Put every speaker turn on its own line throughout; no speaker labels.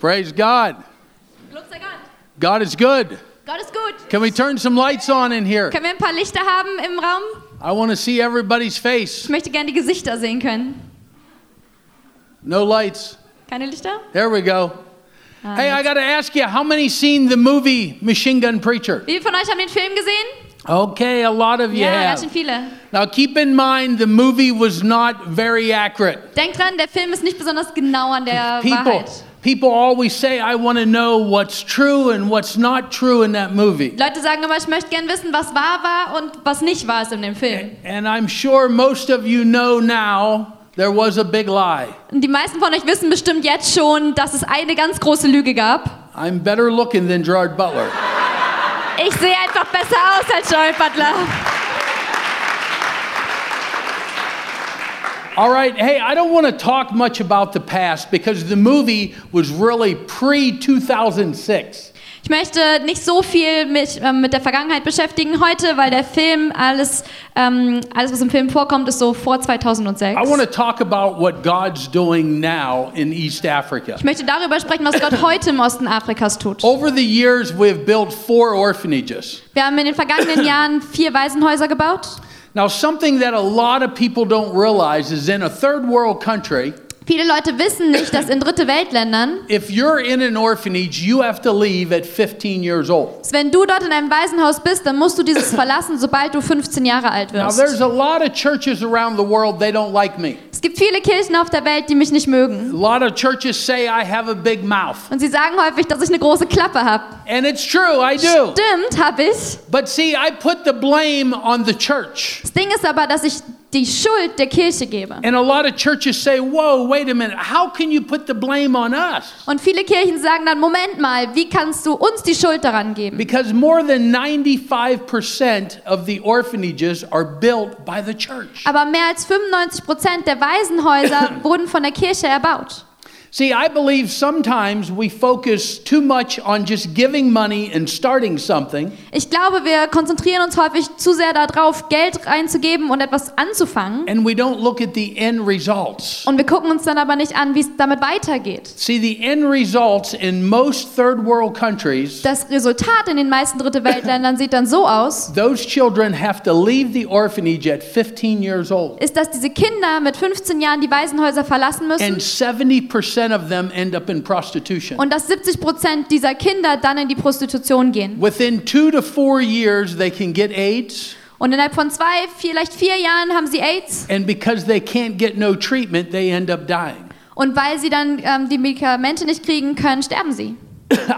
Praise God.
Lob sei Gott.
God is good.
Gott ist gut.
Can we turn some lights on in here?
Können wir ein paar Lichter haben im Raum?
I want to see everybody's
Ich
face.
möchte gerne die Gesichter sehen können.
No lights.
Keine Lichter?
There we go. Hey, I got to ask you, how many seen the movie Machine Gun Preacher?
Wie viele von euch haben den Film gesehen?
Okay, a lot of you
ganz schön
have.
viele.
Now keep in mind, the movie was not very accurate.
Denkt dran, der Film ist nicht besonders genau an der
People,
Wahrheit.
people always say, I want to know what's true and what's not true in that movie.
Die Leute sagen immer, ich möchte gerne wissen, was wahr war und was nicht wahr ist in dem Film.
And I'm sure most of you know now there was a big lie.
Und die meisten von euch wissen bestimmt jetzt schon, dass es eine ganz große Lüge gab.
I'm better looking than Gerard Butler.
Ich sehe einfach besser aus als Joel Butler.
All right, hey, I don't want to talk much about the past because the movie was really pre 2006.
Ich möchte nicht so viel mich ähm, mit der Vergangenheit beschäftigen heute, weil der Film, alles, ähm, alles was im Film vorkommt, ist so vor
I want
2006.
to talk about what God's doing now in East Africa.
Ich möchte darüber sprechen, was Gott heute im Osten Afrikas tut.
Over the years, we've built four orphanages.
Wir haben in den vergangenen Jahren vier Waisenhäuser gebaut.
Now, something that a lot of people don't realize is in a third world country,
Viele Leute wissen nicht, dass in dritte Weltländern,
if you're in an orphanage, you have to leave at 15 years old.
dass wenn du dort in einem Waisenhaus bist, dann musst du dieses verlassen, sobald du 15 Jahre alt
Now,
wirst.
there's a lot of churches around the world, they don't like me.
Es gibt viele Kirchen auf der Welt, die mich nicht mögen.
A lot of churches say I have a big mouth.
Und sie sagen häufig, dass ich eine große Klappe habe.
And it's true, I do.
Stimmt, habe ich.
But see, I put the blame on the church.
Das Ding ist aber, dass ich die Schuld der Kirche gebe.
And a lot of churches say, whoa, wait a minute, how can you put the blame on us?
Und viele Kirchen sagen dann, Moment mal, wie kannst du uns die Schuld daran geben?
Because more than 95% of the orphanages are built by the church.
Aber mehr als 95 Prozent der Waisenhäuser wurden von der Kirche erbaut.
See, I believe sometimes we focus too much on just giving money and starting something
Ich glaube, wir konzentrieren uns häufig zu sehr darauf, Geld reinzugeben und etwas anzufangen.
and we don't look at the end results.
Und wir gucken uns dann aber nicht an, wie es damit weitergeht.
See, the end results in most third world countries,
Das Resultat in den meisten Dritte Weltländern sieht dann so aus,
those children have to leave the orphanage at 15 years old.
ist, dass diese Kinder mit 15 Jahren die Waisenhäuser verlassen
And
müssen
70% of them end up in prostitution.
und dass 70 Prozent dieser Kinder dann in die Prostitution gehen.
Within two to four years, they can get AIDS,
Und innerhalb von zwei, vielleicht vier Jahren haben sie AIDS.
and because they can't get no treatment, they end up dying.
Und weil sie dann ähm, die Medikamente nicht kriegen können, sterben sie.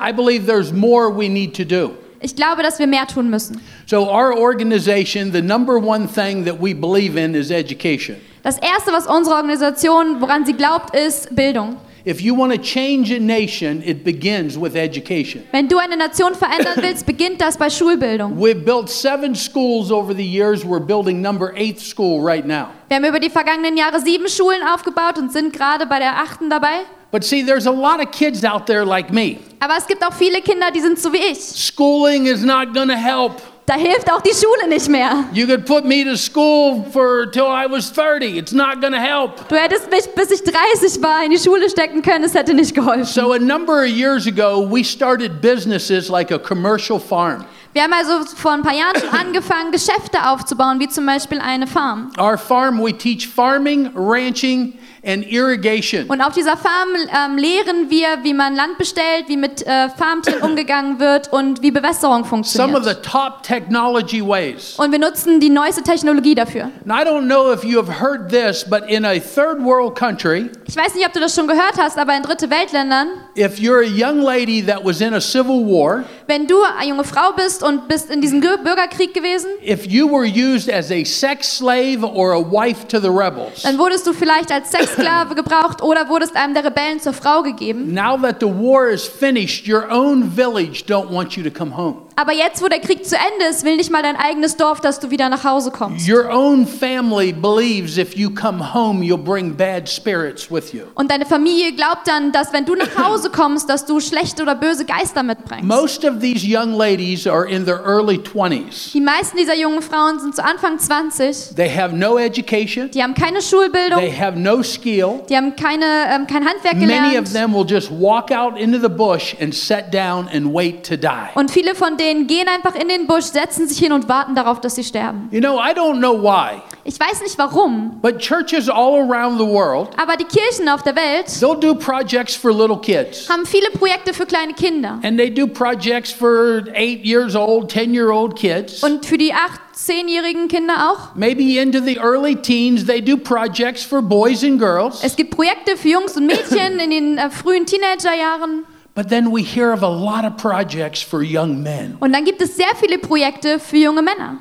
I believe there's more we need to do.
Ich glaube, dass wir mehr tun müssen.
So, our organization, the number one thing that we believe in is education.
Das Erste, was unsere Organisation, woran sie glaubt, ist Bildung.
If you want to change a nation, it begins with education.
Wenn du eine Nation verändern willst, beginnt das bei Schulbildung.
We've built seven schools over the years. We're building number eight school right now.
Wir haben über die vergangenen Jahre sieben Schulen aufgebaut und sind gerade bei der achten dabei.
But see, there's a lot of kids out there like me.
Aber es gibt auch viele Kinder, die sind so wie ich.
Schooling is not going to help.
Da hilft auch die Schule nicht mehr.
You could put me to school for till I was 30. It's not going to help.
Du hättest mich, bis ich 30 war, in die Schule stecken können, es hätte nicht geholfen.
So a number of years ago, we started businesses like a commercial farm.
Wir haben also vor ein paar Jahren schon angefangen, Geschäfte aufzubauen, wie zum Beispiel eine Farm.
Our farm, we teach farming, ranching, and irrigation.
Und auf dieser Farm ähm, lehren wir, wie man Land bestellt, wie mit äh, Farmtieren umgegangen wird und wie Bewässerung
Some of the
funktioniert.
top technology ways.
Und wir nutzen die neueste Technologie dafür.
And I don't know if you have heard this, but in a third world country,
Ich weiß nicht, ob du das schon gehört hast, aber in Dritte Weltländern,
if you're a young lady that was in a civil war,
wenn du eine junge Frau bist und bist in diesem Ge- Bürgerkrieg gewesen,
if you were used as a sex slave or a wife to the rebels,
dann wurdest du vielleicht als Sexsklave gebraucht oder wurdest einem der Rebellen zur Frau gegeben.
Now that the war is finished, your own village don't want you to come home.
Aber jetzt, wo der Krieg zu Ende ist, will nicht mal dein eigenes Dorf, dass du wieder nach Hause kommst.
Your own family believes if you come home, you'll bring bad spirits with you.
Und deine Familie glaubt dann, dass wenn du nach Hause kommst, dass du schlechte oder böse Geister mitbringst.
Most of these young ladies are in their early 20s.
Die meisten dieser jungen Frauen sind zu Anfang 20.
They have no education,
Die haben keine
they
Schulbildung,
have no skill.
die haben keine, ähm, kein Handwerk
Many of
gelernt.
them will just walk out into the bush and sit down and wait to die.
Und viele von denen gehen einfach in den Busch, setzen sich hin und warten darauf, dass sie sterben.
You know, I don't know why,
Ich weiß nicht warum,
but churches all around the world,
aber die Kirchen auf der Welt
they'll do projects for little kids.
haben viele Projekte für kleine Kinder.
And they do projects for 8 years old, 10-year-old kids.
Und für die 8-, 10-jährigen Kinder auch.
Maybe into the early teens, they do projects for boys and girls.
Es gibt Projekte für Jungs und Mädchen in den äh, frühen Teenagerjahren.
But then we hear of a lot of projects for young men.
Und dann gibt es sehr viele Projekte für junge Männer.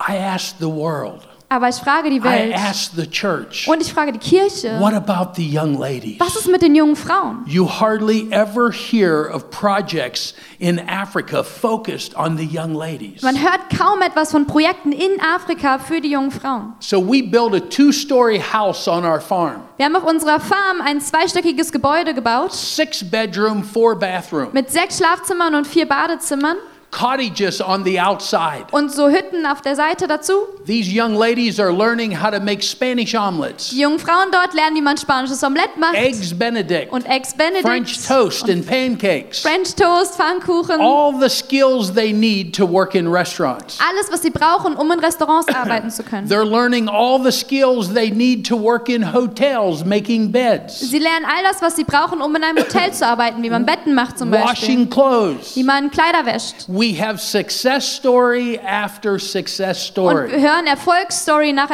I ask the world,
Aber ich frage die
I
Welt
ask the church,
und ich frage die Kirche,
what about the young ladies?
was ist mit den jungen Frauen?
You hardly ever hear of projects in Africa focused on the young ladies.
Man hört kaum etwas von Projekten in Afrika für die jungen Frauen.
So we built a two story house on our farm,
Wir haben auf unserer Farm ein zweistöckiges Gebäude gebaut
six bedroom, four bathroom,
mit sechs Schlafzimmern und vier Badezimmern
cottages on the outside.
und so Hütten auf der Seite dazu.
These young ladies are learning how to make Spanish omelets,
Die jungen Frauen dort lernen, wie man spanisches Omelett macht
eggs benedict,
und Eggs Benedict,
French toast, and pancakes.
French Toast, Pfannkuchen.
all the skills they need to work in restaurants.
alles, was sie brauchen, um in Restaurants arbeiten zu können.
They're learning all the skills they need to work in hotels, making beds,
Sie lernen all das, was sie brauchen, um in einem Hotel zu arbeiten, wie man Betten macht zum Beispiel,
washing clothes.
wie man Kleider wäscht.
We have success story after success
Und wir
story.
hören Erfolgsstory nach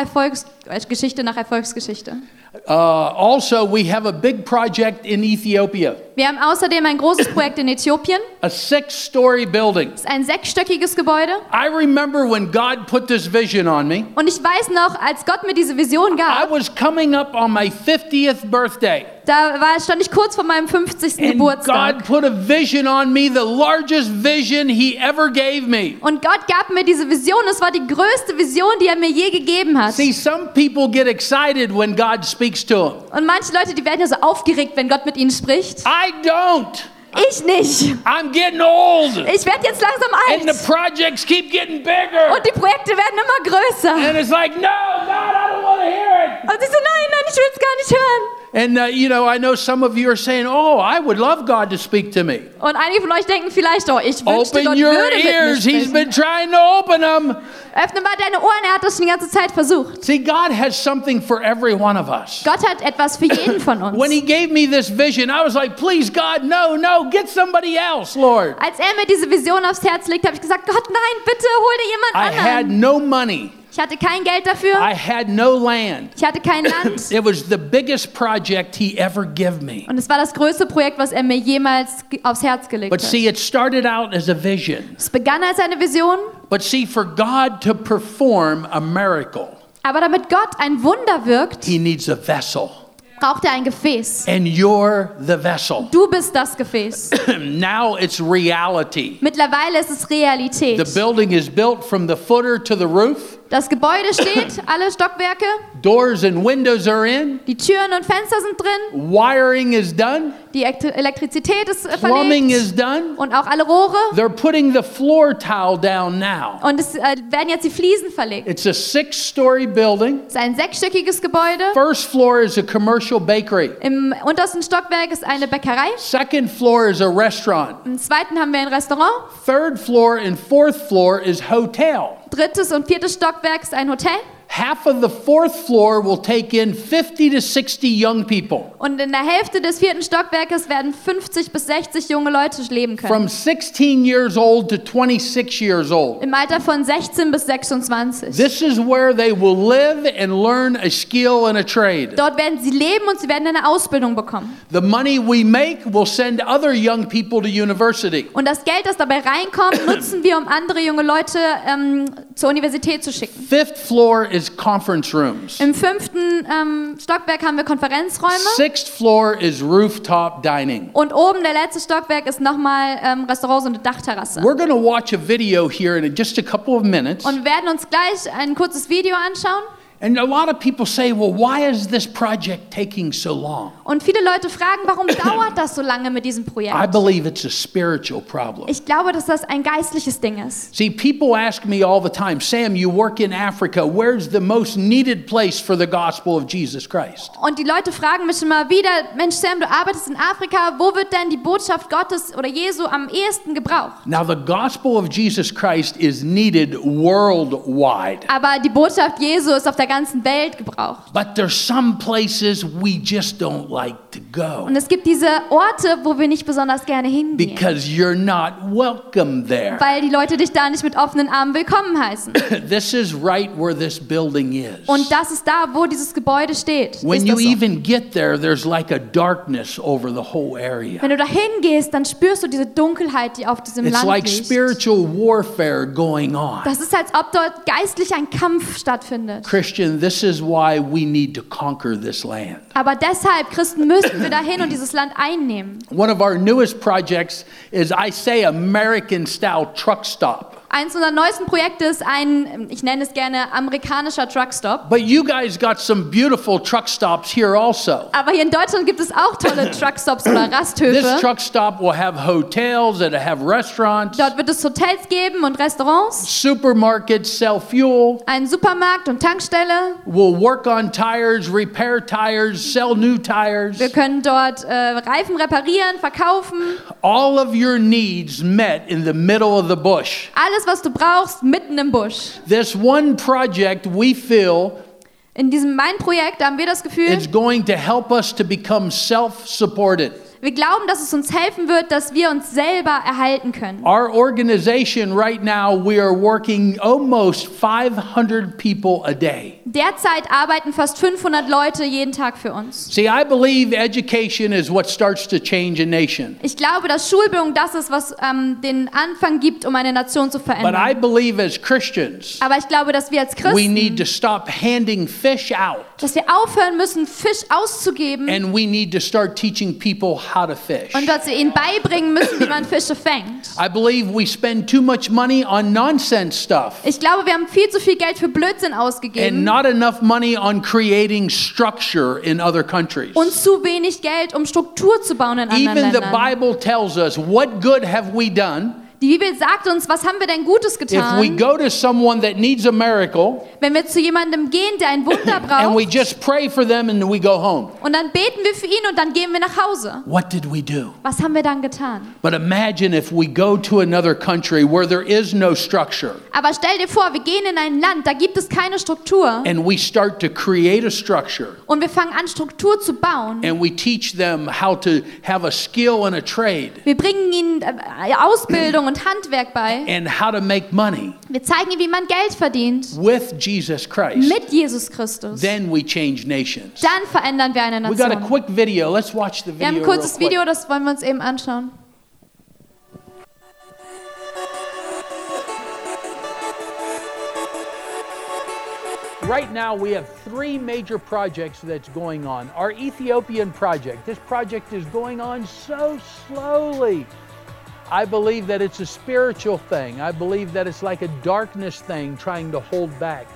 Erfolgsgeschichte nach Erfolgsgeschichte.
Uh, also, we have a big project in Ethiopia,
Wir haben außerdem ein großes Projekt in Äthiopien.
a six story building.
Es ist ein sechsstöckiges Gebäude.
I remember when God put this vision on me.
Und ich weiß noch, als Gott mir diese Vision
I
gab,
was coming up on my 50th birthday.
da war, stand ich kurz vor meinem 50.
And God
Geburtstag.
put a vision on me, the largest vision He ever gave me.
Und Gott gab mir diese Vision. Es war die größte Vision, die er mir je gegeben hat.
See, some people get excited when God speaks to them.
Und manche Leute, die werden ja so aufgeregt, wenn Gott mit ihnen spricht.
I don't.
Ich nicht.
I'm getting old.
Ich werde jetzt langsam
And the
alt.
projects keep getting bigger.
Und die Projekte werden immer größer.
And it's like, no, God, I don't want to hear it.
Und ich so, nein, nein, ich will es gar nicht hören.
And, uh, you know, I know some of you are saying, oh, I would love God to speak to me.
Und einige von euch denken vielleicht, oh, ich wünschte,
Open
Gott
your
würde
ears.
mit mir
He's
sprechen.
been trying to open them.
Öffne mal deine Ohren, er hat das schon die ganze Zeit versucht.
See, God has something for every one of us.
Gott hat etwas für jeden von
When
uns.
He gave me this vision, I was like, please, God, no, no, get somebody else, Lord.
Als er mir diese Vision aufs Herz legt, habe ich gesagt, Gott, nein, bitte hol dir jemand
I had
anderen.
no money,
Ich hatte kein Geld dafür,
I had no land.
ich hatte kein Land.
It was the biggest project he ever gave me.
Und es war das größte Projekt, was er mir jemals ge- aufs Herz gelegt
But
hat.
see, it started out as a vision.
Es begann als eine Vision,
But see, for God to perform a miracle,
aber damit Gott ein Wunder wirkt,
he needs a vessel.
braucht er ein Gefäß.
And you're the vessel.
Du bist das Gefäß.
now it's reality.
Mittlerweile ist es
The
Realität.
building is built from the footer to the roof,
Das Gebäude steht, alle Stockwerke,
doors and windows are in,
die Türen und Fenster sind drin,
wiring is done,
die Ekt- Elektrizität ist äh,
plumbing is
verlegt
done.
und auch alle Rohre.
They're putting the floor tile down now.
Und es äh, werden jetzt die Fliesen verlegt.
It's a six story building.
Es ist ein sechsstöckiges Gebäude.
First floor is a commercial bakery.
Im untersten Stockwerk ist eine Bäckerei.
Second floor is a restaurant.
Im zweiten haben wir ein Restaurant.
Third floor and fourth floor is hotel.
Drittes und viertes Stockwerk ist ein Hotel.
Half of the fourth floor will take in 50 to 60 young people
Und in der Hälfte des vierten Stockwerkes werden 50 bis 60 junge Leute leben können.
from 16 years old to 26 years old.
Im Alter von 16 bis 26.
This is where they will live and learn a skill and a trade.
Dort werden sie leben und sie werden eine Ausbildung bekommen.
The money we make will send other young people to university.
Und das Geld, das dabei reinkommt, nutzen wir, um andere junge Leute ähm, zur Universität zu schicken.
Fifth floor is conference rooms.
Im fünften ähm, Stockwerk haben wir Konferenzräume.
Sixth floor is rooftop dining.
Und oben, der letzte Stockwerk, ist nochmal ähm, Restaurants und eine Dachterrasse.
We're going to watch a video here in just a couple of minutes.
Und wir werden uns gleich ein kurzes Video anschauen.
And a lot of people say, well, why is this project taking so long?
Und viele Leute fragen, warum dauert das so lange mit diesem
I
Projekt?
believe it's a spiritual problem.
Ich glaube, dass das ein geistliches Ding ist.
See, people ask me all the time, Sam, you work in Africa. Where's the most needed place for the gospel of Jesus Christ?
Und die Leute fragen mich immer wieder, Mensch Sam, du arbeitest in Afrika, wo wird denn die Botschaft Gottes oder Jesu am ehesten gebraucht?
Now, the gospel of Jesus Christ is needed worldwide,
Aber die Botschaft Jesu ist auf der ganzen Welt gebraucht.
but there's some places we just don't like to go
Und es gibt diese Orte, wo wir nicht besonders gerne hingehen,
because you're not welcome there.
weil die Leute dich da nicht mit offenen Armen willkommen heißen.
This is right where this building is.
Und das ist da, wo dieses Gebäude steht.
When
ist
you
das so?
even get there, there's like a darkness over the whole area.
Wenn du dahin gehst, dann spürst du diese Dunkelheit, die auf diesem
It's
Land
like
liegt.
spiritual warfare going on.
Das ist, als ob dort geistlich ein Kampf stattfindet.
Christian, this is why we need to conquer this land.
Aber deshalb, Christen, müssen wir dahin und dieses Land einnehmen.
One of our newest projects is, I say, American style truck stop.
Eins unserer neuesten Projekte ist ein, ich nenne es gerne, amerikanischer Truckstop.
But you guys got some beautiful truck stops here also.
Aber hier in Deutschland gibt es auch tolle Truckstops oder
This
Rasthöfe.
truck stop will have hotels, it'll have restaurants,
Dort wird es Hotels geben und Restaurants,
supermarkets sell fuel,
einen Supermarkt und Tankstelle.
we'll work on tires, repair tires, sell new tires.
Wir können dort äh, Reifen reparieren, verkaufen.
All of your needs met in the middle of the bush.
Alles, was du brauchst, mitten im Busch.
This one project we feel
In diesem mein Projekt haben wir das Gefühl,
It's going to help us to become self supported.
wir glauben, dass es uns helfen wird, dass wir uns selber erhalten können.
Our organization right now, we are working almost 500 people a day.
Derzeit arbeiten fast 500 Leute jeden Tag für uns.
See, I believe education is what starts to change a nation.
Ich glaube, dass Schulbildung das ist, was ähm, den Anfang gibt, um eine Nation zu
But I
verändern.
believe as Christians,
Aber ich glaube, dass wir als
we
Christen,
need to stop handing fish out
dass wir aufhören müssen, Fisch auszugeben
and we need to start teaching people how to fish.
und dass wir ihnen beibringen müssen, wie man Fische fängt.
I believe we spend too much money on nonsense stuff
Ich glaube, wir haben viel zu viel Geld für Blödsinn
and
ausgegeben
not enough money on creating structure in other countries.
und zu wenig Geld, um Struktur zu bauen in anderen
Even the
Ländern.
Bible tells us, what good have we done?
Die Bibel sagt uns, was haben wir denn Gutes
If we
getan,
go to someone that needs a miracle
wenn wir zu jemandem gehen, der ein Wunder
and we
braucht
just pray for them and we go home,
und dann beten wir für ihn und dann gehen wir nach Hause.
what did we do?
Was haben wir dann getan?
But imagine if we go to another country where there is no structure
Aber stell dir vor, wir gehen in ein Land, da gibt es keine Struktur
and we start to create a structure
und wir fangen an, Struktur zu bauen.
and we teach them how to have a skill and a trade
Wir bringen ihnen äh, Ausbildung und Handwerk bei.
and how to make money
Wir zeigen ihnen, wie man Geld verdient
with Jesus Christ.
mit Jesus Christus.
Then we change nations.
Dann verändern wir eine
We got a
Nation.
quick video. Let's watch the
Wir
video.
haben ein
real
kurzes
quick.
Video, das wollen wir uns eben anschauen.
Right now, we have three major projects that's going on. Our Ethiopian project, this project is going on so slowly. I believe that it's a spiritual thing. I believe that it's like a darkness thing trying to hold back.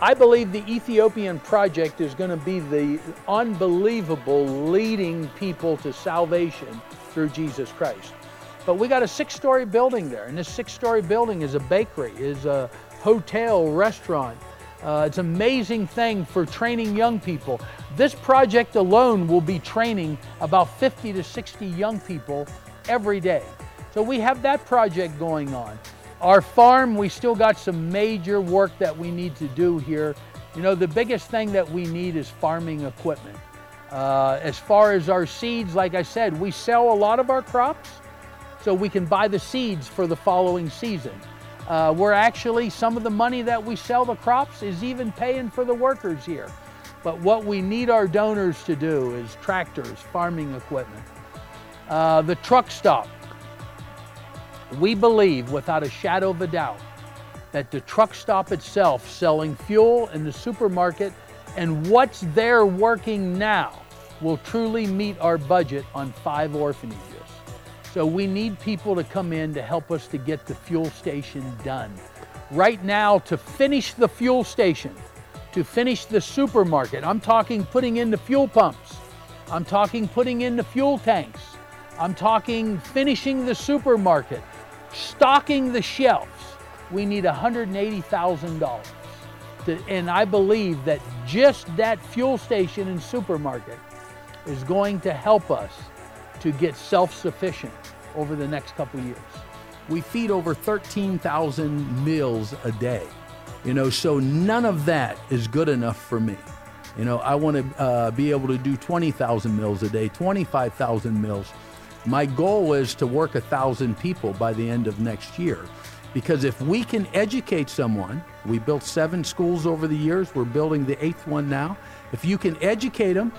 I believe the Ethiopian project is going to be the unbelievable leading people to salvation through Jesus Christ. But we got a six-story building there, and this six-story building is a bakery, is a hotel, restaurant. Uh, it's an amazing thing for training young people. This project alone will be training about 50 to 60 young people every day. So we have that project going on. Our farm, we still got some major work that we need to do here. You know, the biggest thing that we need is farming equipment. Uh, as far as our seeds, like I said, we sell a lot of our crops so we can buy the seeds for the following season. Uh, we're actually, some of the money that we sell the crops is even paying for the workers here. But what we need our donors to do is tractors, farming equipment. Uh, the truck stop. We believe, without a shadow of a doubt, that the truck stop itself, selling fuel in the supermarket, and what's there working now will truly meet our budget on five orphanages. So we need people to come in to help us to get the fuel station done. Right now, to finish the fuel station, to finish the supermarket. I'm talking putting in the fuel pumps. I'm talking putting in the fuel tanks. I'm talking finishing the supermarket, stocking the shelves. We need $180,000. To- And I believe that just that fuel station and supermarket is going to help us to get self sufficient over the next couple years.
We feed over 13,000 meals a day. You know, so none of that is good enough for me. You know, I want to uh, be able to do 20,000 meals a day, 25,000 meals. My goal is to work a thousand people by the end of next year. Because if we can educate someone, we built seven schools over the years, we're building the eighth one now. If you can educate them,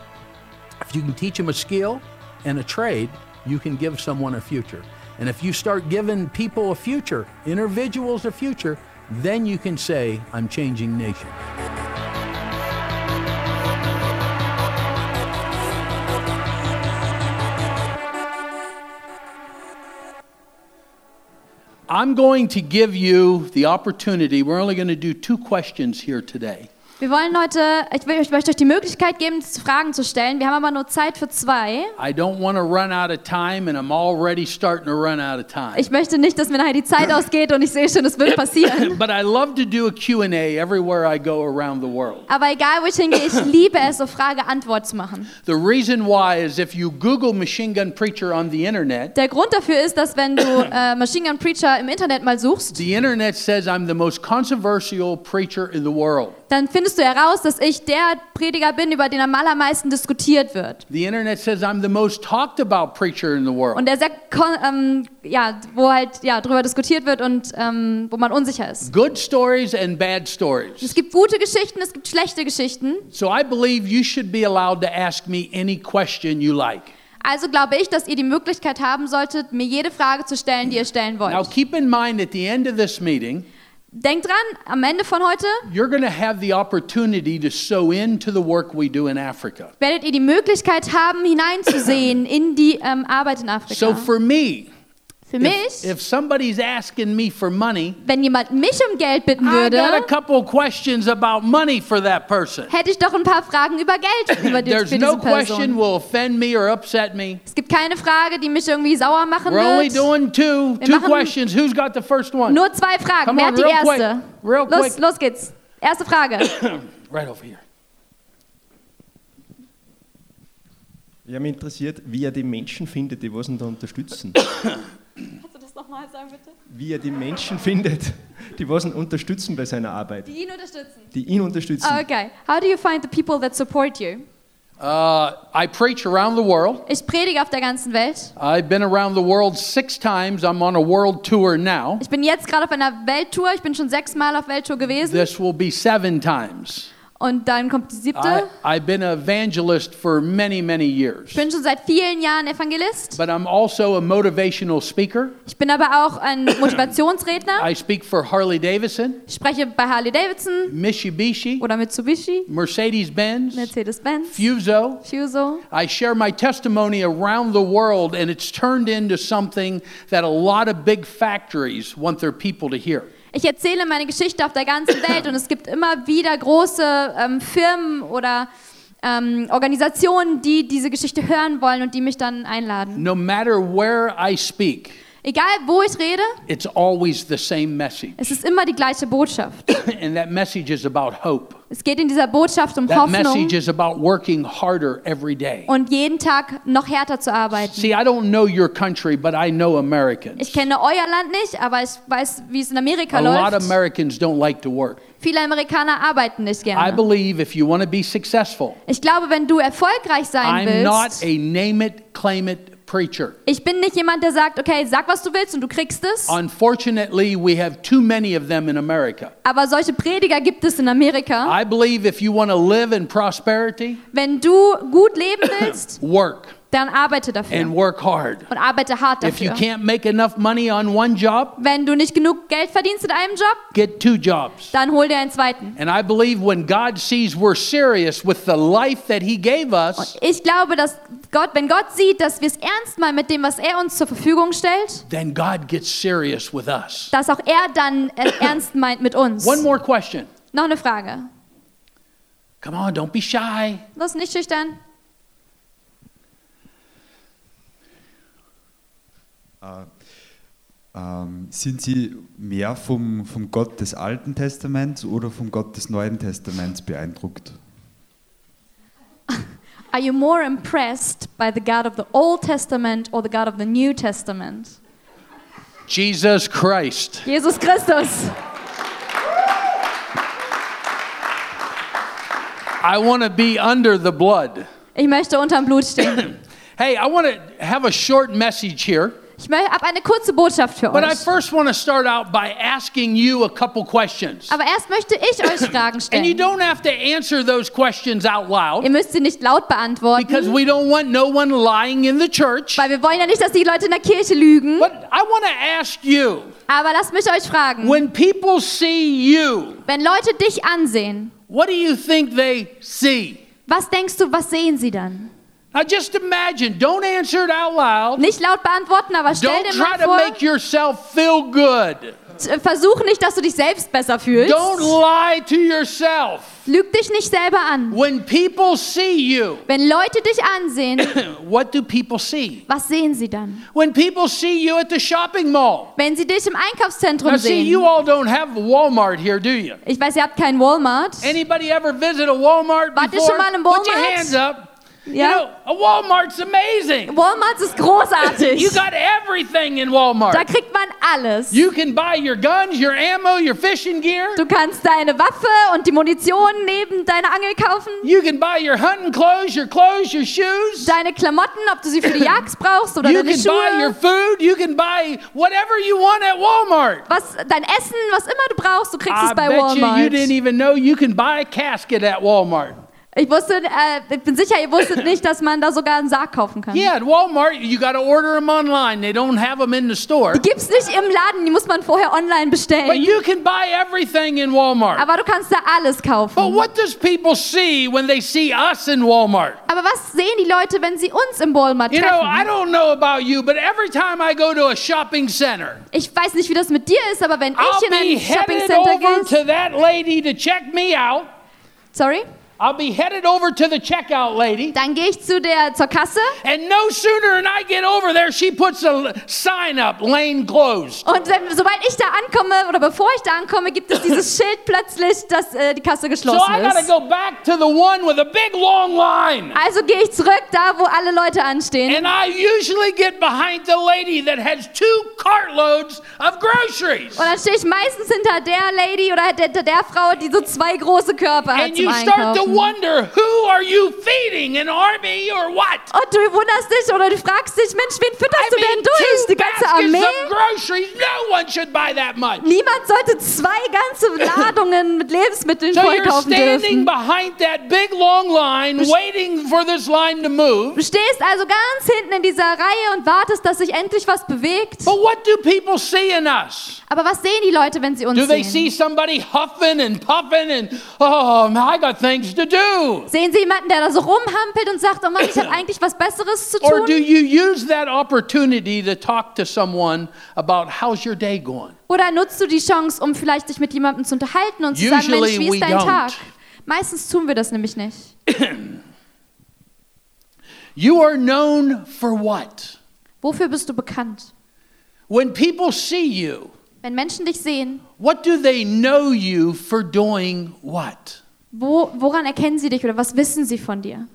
if you can teach them a skill and a trade, you can give someone a future. And if you start giving people a future, individuals a future, then you can say, I'm changing nations.
I'm going to give you the opportunity. We're only going to do two questions here today.
Wir wollen heute, ich, will, ich möchte euch die Möglichkeit geben, Fragen zu stellen. Wir haben aber nur Zeit für zwei.
I don't want to run out of time, and I'm already starting to run out of time.
Ich möchte nicht, dass mir nachher die Zeit ausgeht und ich sehe schon, es wird passieren.
But I love to do a Q&A everywhere I go around the world.
Aber egal, wo ich hingehe, ich liebe es, so Frage-Antwort zu machen.
The reason why is if you Google machine gun preacher on the internet,
Der Grund dafür ist, dass wenn du äh, Machine Gun Preacher im Internet mal suchst,
the internet says I'm the most controversial preacher in the world.
dann findest du heraus, dass ich der Prediger bin, über den am allermeisten diskutiert wird.
The internet says I'm the most talked about preacher in the world.
Und der sehr, kon- ähm, ja, wo halt ja, drüber diskutiert wird und ähm, wo man unsicher ist.
Good stories and bad stories.
Es gibt gute Geschichten, es gibt schlechte Geschichten.
So I believe you should be allowed to ask me any question you like.
Also glaube ich, dass ihr die Möglichkeit haben solltet, mir jede Frage zu stellen, die ihr stellen
Now
wollt.
keep in mind at the end of this meeting,
Denkt dran, am Ende von heute
you're going to have the opportunity to sow into the work we do in Africa.
werdet ihr die Möglichkeit haben, hineinzusehen in die ähm, Arbeit in Afrika.
So for me,
Für
If,
mich,
if somebody's asking me for money,
wenn jemand mich um Geld bitten
I got a
würde,
couple questions about money for that person.
hätte ich doch ein paar Fragen über Geld über die, für
There's
diese
no question
Person.
will offend me or upset me.
Es gibt keine Frage, die mich irgendwie sauer machen
We're only
wird.
doing two,
Wir
two
machen-
questions. Who's got the first one?
Nur zwei Fragen.
Come
Wer
on,
hat die
real quick.
erste?
Real
Los,
quick.
los geht's. Erste Frage.
Right over here.
Ja, mich interessiert, wie er die Menschen findet, die was ihn da unterstützen.
Kannst du das nochmal sagen, bitte?
Wie er die Menschen findet, die was ihn unterstützen bei seiner Arbeit.
Die ihn unterstützen. Ah,
Die ihn unterstützen.
Okay. How do you find the people that support you?
Uh, I preach around the world.
Ich predige auf der ganzen Welt.
I've been around the world six times. I'm on a world tour now.
Ich bin jetzt gerade auf einer Welttour. Ich bin schon sechsmal auf Welttour gewesen.
This will be seven times.
Und dann kommt die
I,
siebte.
I've been an evangelist for many, many years.
Ich bin schon seit vielen Jahren Evangelist.
But I'm also a motivational speaker.
Ich bin aber auch ein Motivationsredner.
I speak for Harley Davidson,
Ich spreche bei Harley Davidson
Mitsubishi,
oder Mitsubishi,
Mercedes Benz,
Mercedes-Benz,
Fuso.
Fuso.
I share my testimony around the world, and it's turned into something that a lot of big factories want their people to hear.
Ich erzähle meine Geschichte auf der ganzen Welt und es gibt immer wieder große ähm, Firmen oder ähm, Organisationen, die diese Geschichte hören wollen und die mich dann einladen.
No matter where I speak,
Egal wo ich rede,
it's always the same message.
es ist immer die gleiche Botschaft.
and that message is about hope.
Es geht in dieser Botschaft um
That
Hoffnung
message is about working harder every day.
und jeden Tag noch härter zu arbeiten.
See, I don't know your country, but I know Americans.
Ich kenne euer Land nicht, aber ich weiß, wie es in Amerika
A lot of
läuft.
Americans don't like to work.
Viele Amerikaner arbeiten nicht
I
gerne.
believe if you want to be successful,
Ich glaube, wenn du erfolgreich sein
I'm not
willst,
a name it, claim it preacher.
ich bin nicht jemand, der sagt, okay, sag, was du willst und du kriegst es.
Unfortunately, we have too many of them in America.
Aber solche Prediger gibt es in Amerika.
I believe if you want to live in prosperity,
Wenn du gut leben willst,
work
dann arbeite
and
dafür
work hard.
und arbeite hart
If you
dafür.
can't make enough money on one job,
Wenn du nicht genug Geld verdienst in einem Job,
get two jobs.
dann hol dir einen zweiten.
And I believe when God sees we're serious with the life that He gave us,
Ich glaube, dass Gott, wenn Gott sieht, dass wir es ernst meinen mit dem, was er uns zur Verfügung stellt,
then God gets serious with us.
dass auch er dann es ernst meint mit uns.
One more question
Noch eine Frage.
Come on, don't be shy.
Los, nicht schüchtern.
Ähm, sind Sie mehr vom, vom Gott des Alten Testaments oder vom Gott des Neuen Testaments beeindruckt?
Are you more impressed by the God of the Old Testament or the God of the New Testament?
Jesus Christ.
Jesus Christus.
I want to be under the blood.
Ich möchte unterm Blut stehen.
Hey, I want to have a short message here,
Ich habe eine kurze Botschaft für
but I
euch.
first want to start out by asking you a couple questions.
Aber erst möchte ich euch Fragen
And you
stellen.
don't have to answer those questions out
Ihr
loud
müsst sie nicht laut
because
beantworten,
we don't want no one lying in the church.
weil wir wollen ja nicht, dass die Leute in der Kirche lügen.
But I want to ask you
Aber lasst mich euch fragen,
when people see you,
wenn Leute dich ansehen,
what do you think they see?
was denkst du, was sehen sie dann?
Now just imagine, don't answer it out loud.
Nicht laut beantworten, aber stell
Don't
dir
try
mal
to make
vor,
yourself feel good.
t- versuch nicht, dass du dich selbst besser fühlst.
Don't lie to yourself.
Lüg dich nicht selber an.
When people see you,
Wenn Leute dich ansehen,
what do people see?
was sehen sie dann?
When people see you at the shopping mall.
Wenn sie dich im Einkaufszentrum
Now see, you
sehen.
all don't have Walmart here, do you?
Ich weiß, ihr habt keinen Walmart.
Anybody ever visit a Walmart
Wart ihr
before?
schon mal im
Put your
Walmart?
hands up. You
Ja?
know, a Walmart's amazing.
Walmart ist
You
großartig.
got everything in
Da
Walmart.
kriegt man alles.
You can buy your guns, your ammo, your fishing gear.
Du kannst deine Waffe und die Munition neben deiner Angel kaufen.
You can buy your hunting clothes, your clothes, your shoes.
Deine Klamotten, ob du sie für die Jagd brauchst oder
You
deine
can buy your
Schuhe.
food. You can buy whatever you want at Walmart.
Was, dein Essen, was immer du brauchst, du kriegst
I
es bei
bet you you
Walmart.
didn't even know you can buy a casket at Walmart.
Ich wusste, äh, ich bin sicher, ihr wusstet nicht, dass man da sogar einen Sarg kaufen kann.
Yeah, at Walmart you got to order them online. They don't have them in the store.
Die gibt's nicht im Laden, die muss man vorher
But
online bestellen.
you can buy everything in Walmart.
Aber du kannst da alles
But
kaufen.
what does people see when they see us in Walmart?
Aber was sehen die Leute, wenn sie uns im Walmart
You know, I
treffen?
don't know about you, but every time I go to a shopping center,
Ich weiß nicht, wie das mit dir ist, aber wenn
I'll
ich in
be
ein Shopping
headed
Center
over
gehe,
to that lady to check me out.
sorry,
I'll be headed over to the checkout lady.
dann gehe ich zu der zur Kasse
And no sooner than I get over there, she puts a l- sign up, lane closed.
und wenn, sobald ich da ankomme oder bevor ich da ankomme, gibt es dieses Schild plötzlich, dass äh, die Kasse
So
geschlossen
I gotta
ist.
go back to the one with a big long line.
Also gehe ich zurück da, wo alle Leute anstehen.
And I usually get behind the lady that has two cartloads of groceries.
Und dann stehe ich meistens hinter der Lady oder hinter der Frau, die so zwei große Körper hat
And
zum
you start to
Einkaufen.
wonder who are you feeding, an army or what?
Und du wunderst dich oder du fragst dich, Mensch, wen fütterst du denn durch?
two
Die ganze
baskets of
Armee?
groceries. No one should buy that much.
Niemand sollte zwei ganze Ladungen mit Lebensmitteln
So
voll
you're
kaufen
standing
dürfen.
behind that big long line, waiting for this line to move.
Du stehst also ganz hinten in dieser Reihe und wartest, dass sich endlich was bewegt.
But what do people see in us?
Aber was sehen die Leute, wenn sie uns
Do they see
sehen?
somebody huffing and puffing and, oh, I got things to do?
Sehen sie jemanden, der da so rumhampelt und sagt, oh Mann, ich habe eigentlich was Besseres zu
Or do
tun?
you use that opportunity to talk to someone about how's your day going?
Oder nutzt du die Chance, um vielleicht dich mit jemandem zu unterhalten und zu sagen,
Usually
Mensch, wie
we
ist dein
don't.
Tag? Meistens tun wir das nämlich nicht.
You are known for what?
Wofür bist du bekannt?
When people see you,
Wenn Menschen dich sehen,
what do they know you for doing what?
wo, woran erkennen sie dich oder was wissen sie von dir?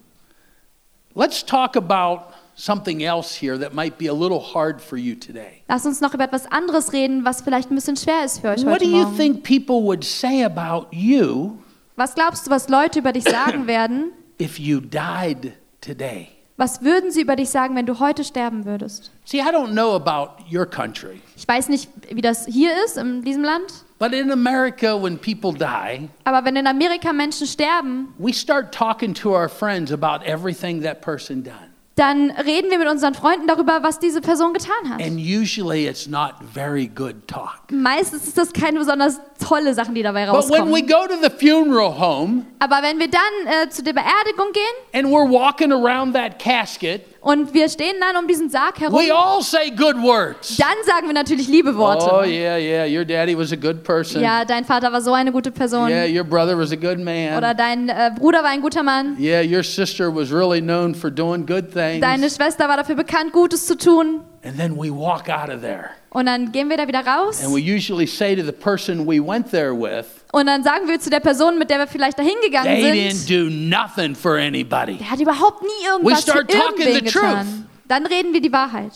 Let's talk about something else here that might be a little hard for you today.
Lass uns noch über etwas anderes reden, was vielleicht ein bisschen schwer ist für euch
What
heute
do you
Morgen.
think people would say about you
Was glaubst du, was Leute über dich sagen werden?
if you died today?
Was würden sie über dich sagen, wenn du heute sterben würdest?
See, I don't know about your country,
Ich weiß nicht, wie das hier ist, in diesem Land.
but in America, when people die,
Aber wenn in Amerika Menschen sterben,
we start talking to our friends about everything that person done.
dann reden wir mit unseren Freunden darüber, was diese Person getan hat.
And usually it's not very good talk.
Meistens ist das kein besonders tolle Sachen, die dabei
But when we
rauskommen.
go to the funeral home
Aber wenn wir dann äh, zu der Beerdigung gehen
and we're walking around that casket,
und wir stehen dann um diesen Sarg herum,
we all say good words.
dann sagen wir natürlich liebe Worte.
Oh, yeah, yeah, your daddy was a good person.
Ja, dein Vater war so eine gute Person.
Yeah, your brother was a good
Oder
man.
dein äh, Bruder war ein guter Mann.
Yeah, your sister was really known for doing good things.
Deine Schwester war dafür bekannt, Gutes zu tun.
And then we walk out of there.
Und dann gehen wir da wieder raus.
And we usually say to the person we went there with,
Und dann sagen wir zu der Person, mit der wir vielleicht da
they
hingegangen
didn't
sind,
do nothing for anybody.
der hat überhaupt nie
We
irgendwas für
start talking
irgendwen
the truth.
getan. Dann reden wir die Wahrheit.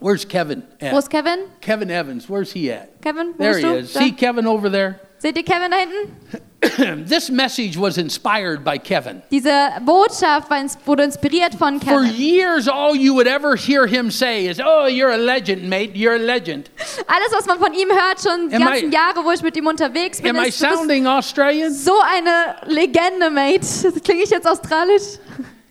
Where's Kevin? at?
Wo ist Kevin?
Kevin Evans, where's he at?
Kevin, wo
There he
bist du?
is. See
Da.
Kevin over there?
Seht ihr Kevin da hinten?
this message was inspired by Kevin.
Diese Botschaft war ins- wurde inspiriert von
For
Kevin.
years, all you would ever hear him say is, Oh, you're a legend, mate. You're a legend.
Alles, was man von ihm hört, schon die
Am
ganzen
I-
Jahre, wo ich mit ihm unterwegs bin,
Am I
ist, du bist
sounding Australian?
so eine Legende, Mate. Klinge ich jetzt australisch?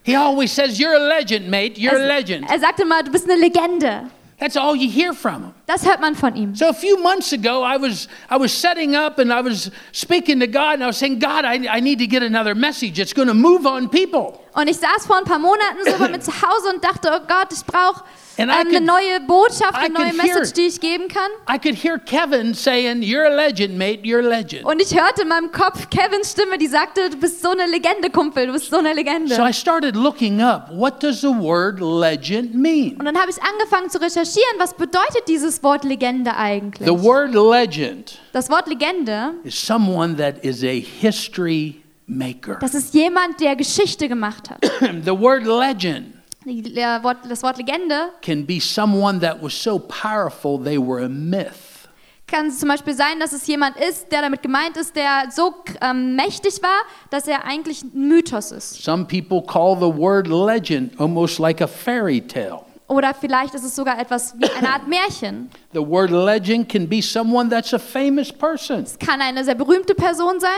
He always says, You're a legend, mate. You're a
Er-
legend.
Er sagte mal, du bist eine Legende.
That's all you hear from him.
Das hört man von ihm.
So a few months ago, I was, I was setting up and I was speaking to God and I was saying, God, I, I need to get another message. It's going to move on people.
Und ich saß vor ein paar Monaten so bei mir zu Hause und dachte, oh Gott, ich brauche
And
ähm,
I
eine
can-
neue Botschaft,
I
eine neue
can hear-
Message, die ich geben kann.
I could hear Kevin saying, You're a legend, mate. You're a legend.
Und ich hörte in meinem Kopf Kevins Stimme, die sagte, du bist so eine Legende, Kumpel, du bist so eine Legende.
So I started looking up what does the word legend mean?
Und dann habe ich angefangen zu recherchieren, was bedeutet dieses Wort Legende eigentlich?
The word legend
Das Wort Legende,
is someone that is a history maker.
das ist jemand, der Geschichte gemacht hat.
the word legend
Die, der Wort, das Wort Legende
can be someone that was so powerful they were a myth.
kann es zum Beispiel sein, dass es jemand ist, der damit gemeint ist, der so ähm, mächtig war, dass er eigentlich ein Mythos ist.
Some people call the word legend almost like a fairy tale.
Oder vielleicht ist es sogar etwas wie eine Art Märchen.
The word legend can be someone that's a famous person.
Es kann eine sehr berühmte Person sein,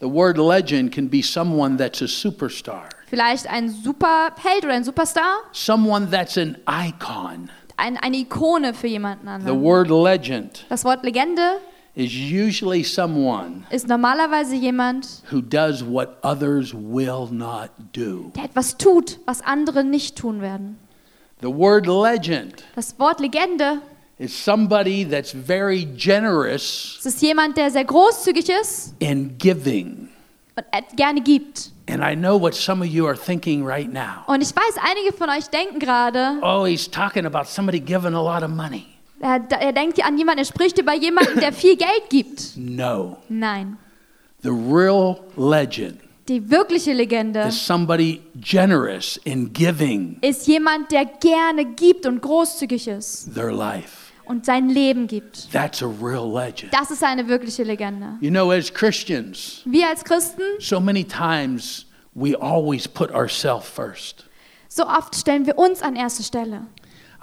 The word legend can be someone that's a superstar,
vielleicht ein Superheld oder ein Superstar,
someone that's an icon.
ein, eine Ikone für jemanden
The
anderen.
word legend
Das Wort Legende
is usually someone
ist normalerweise jemand,
who does what others will not do.
der etwas tut, was andere nicht tun werden.
The word legend
Das Wort Legende,
is somebody that's very generous
es ist jemand, der sehr großzügig ist
in giving.
und et- gerne gibt.
And I know what some of you are thinking right now.
Und ich weiß, einige von euch denken gerade,
Oh, he's talking about somebody giving a lot of money.
Er, er denkt an jemanden, er spricht über jemanden, der viel Geld gibt.
No.
Nein,
The real legend
die wirkliche Legende
is somebody generous in giving
ist jemand, der gerne gibt und großzügig ist
their life.
und sein Leben gibt.
That's a real legend.
Das ist eine wirkliche Legende.
You know, as Christians,
Wir als Christen,
so many times we always put ourselves first.
so oft stellen wir uns an erste Stelle.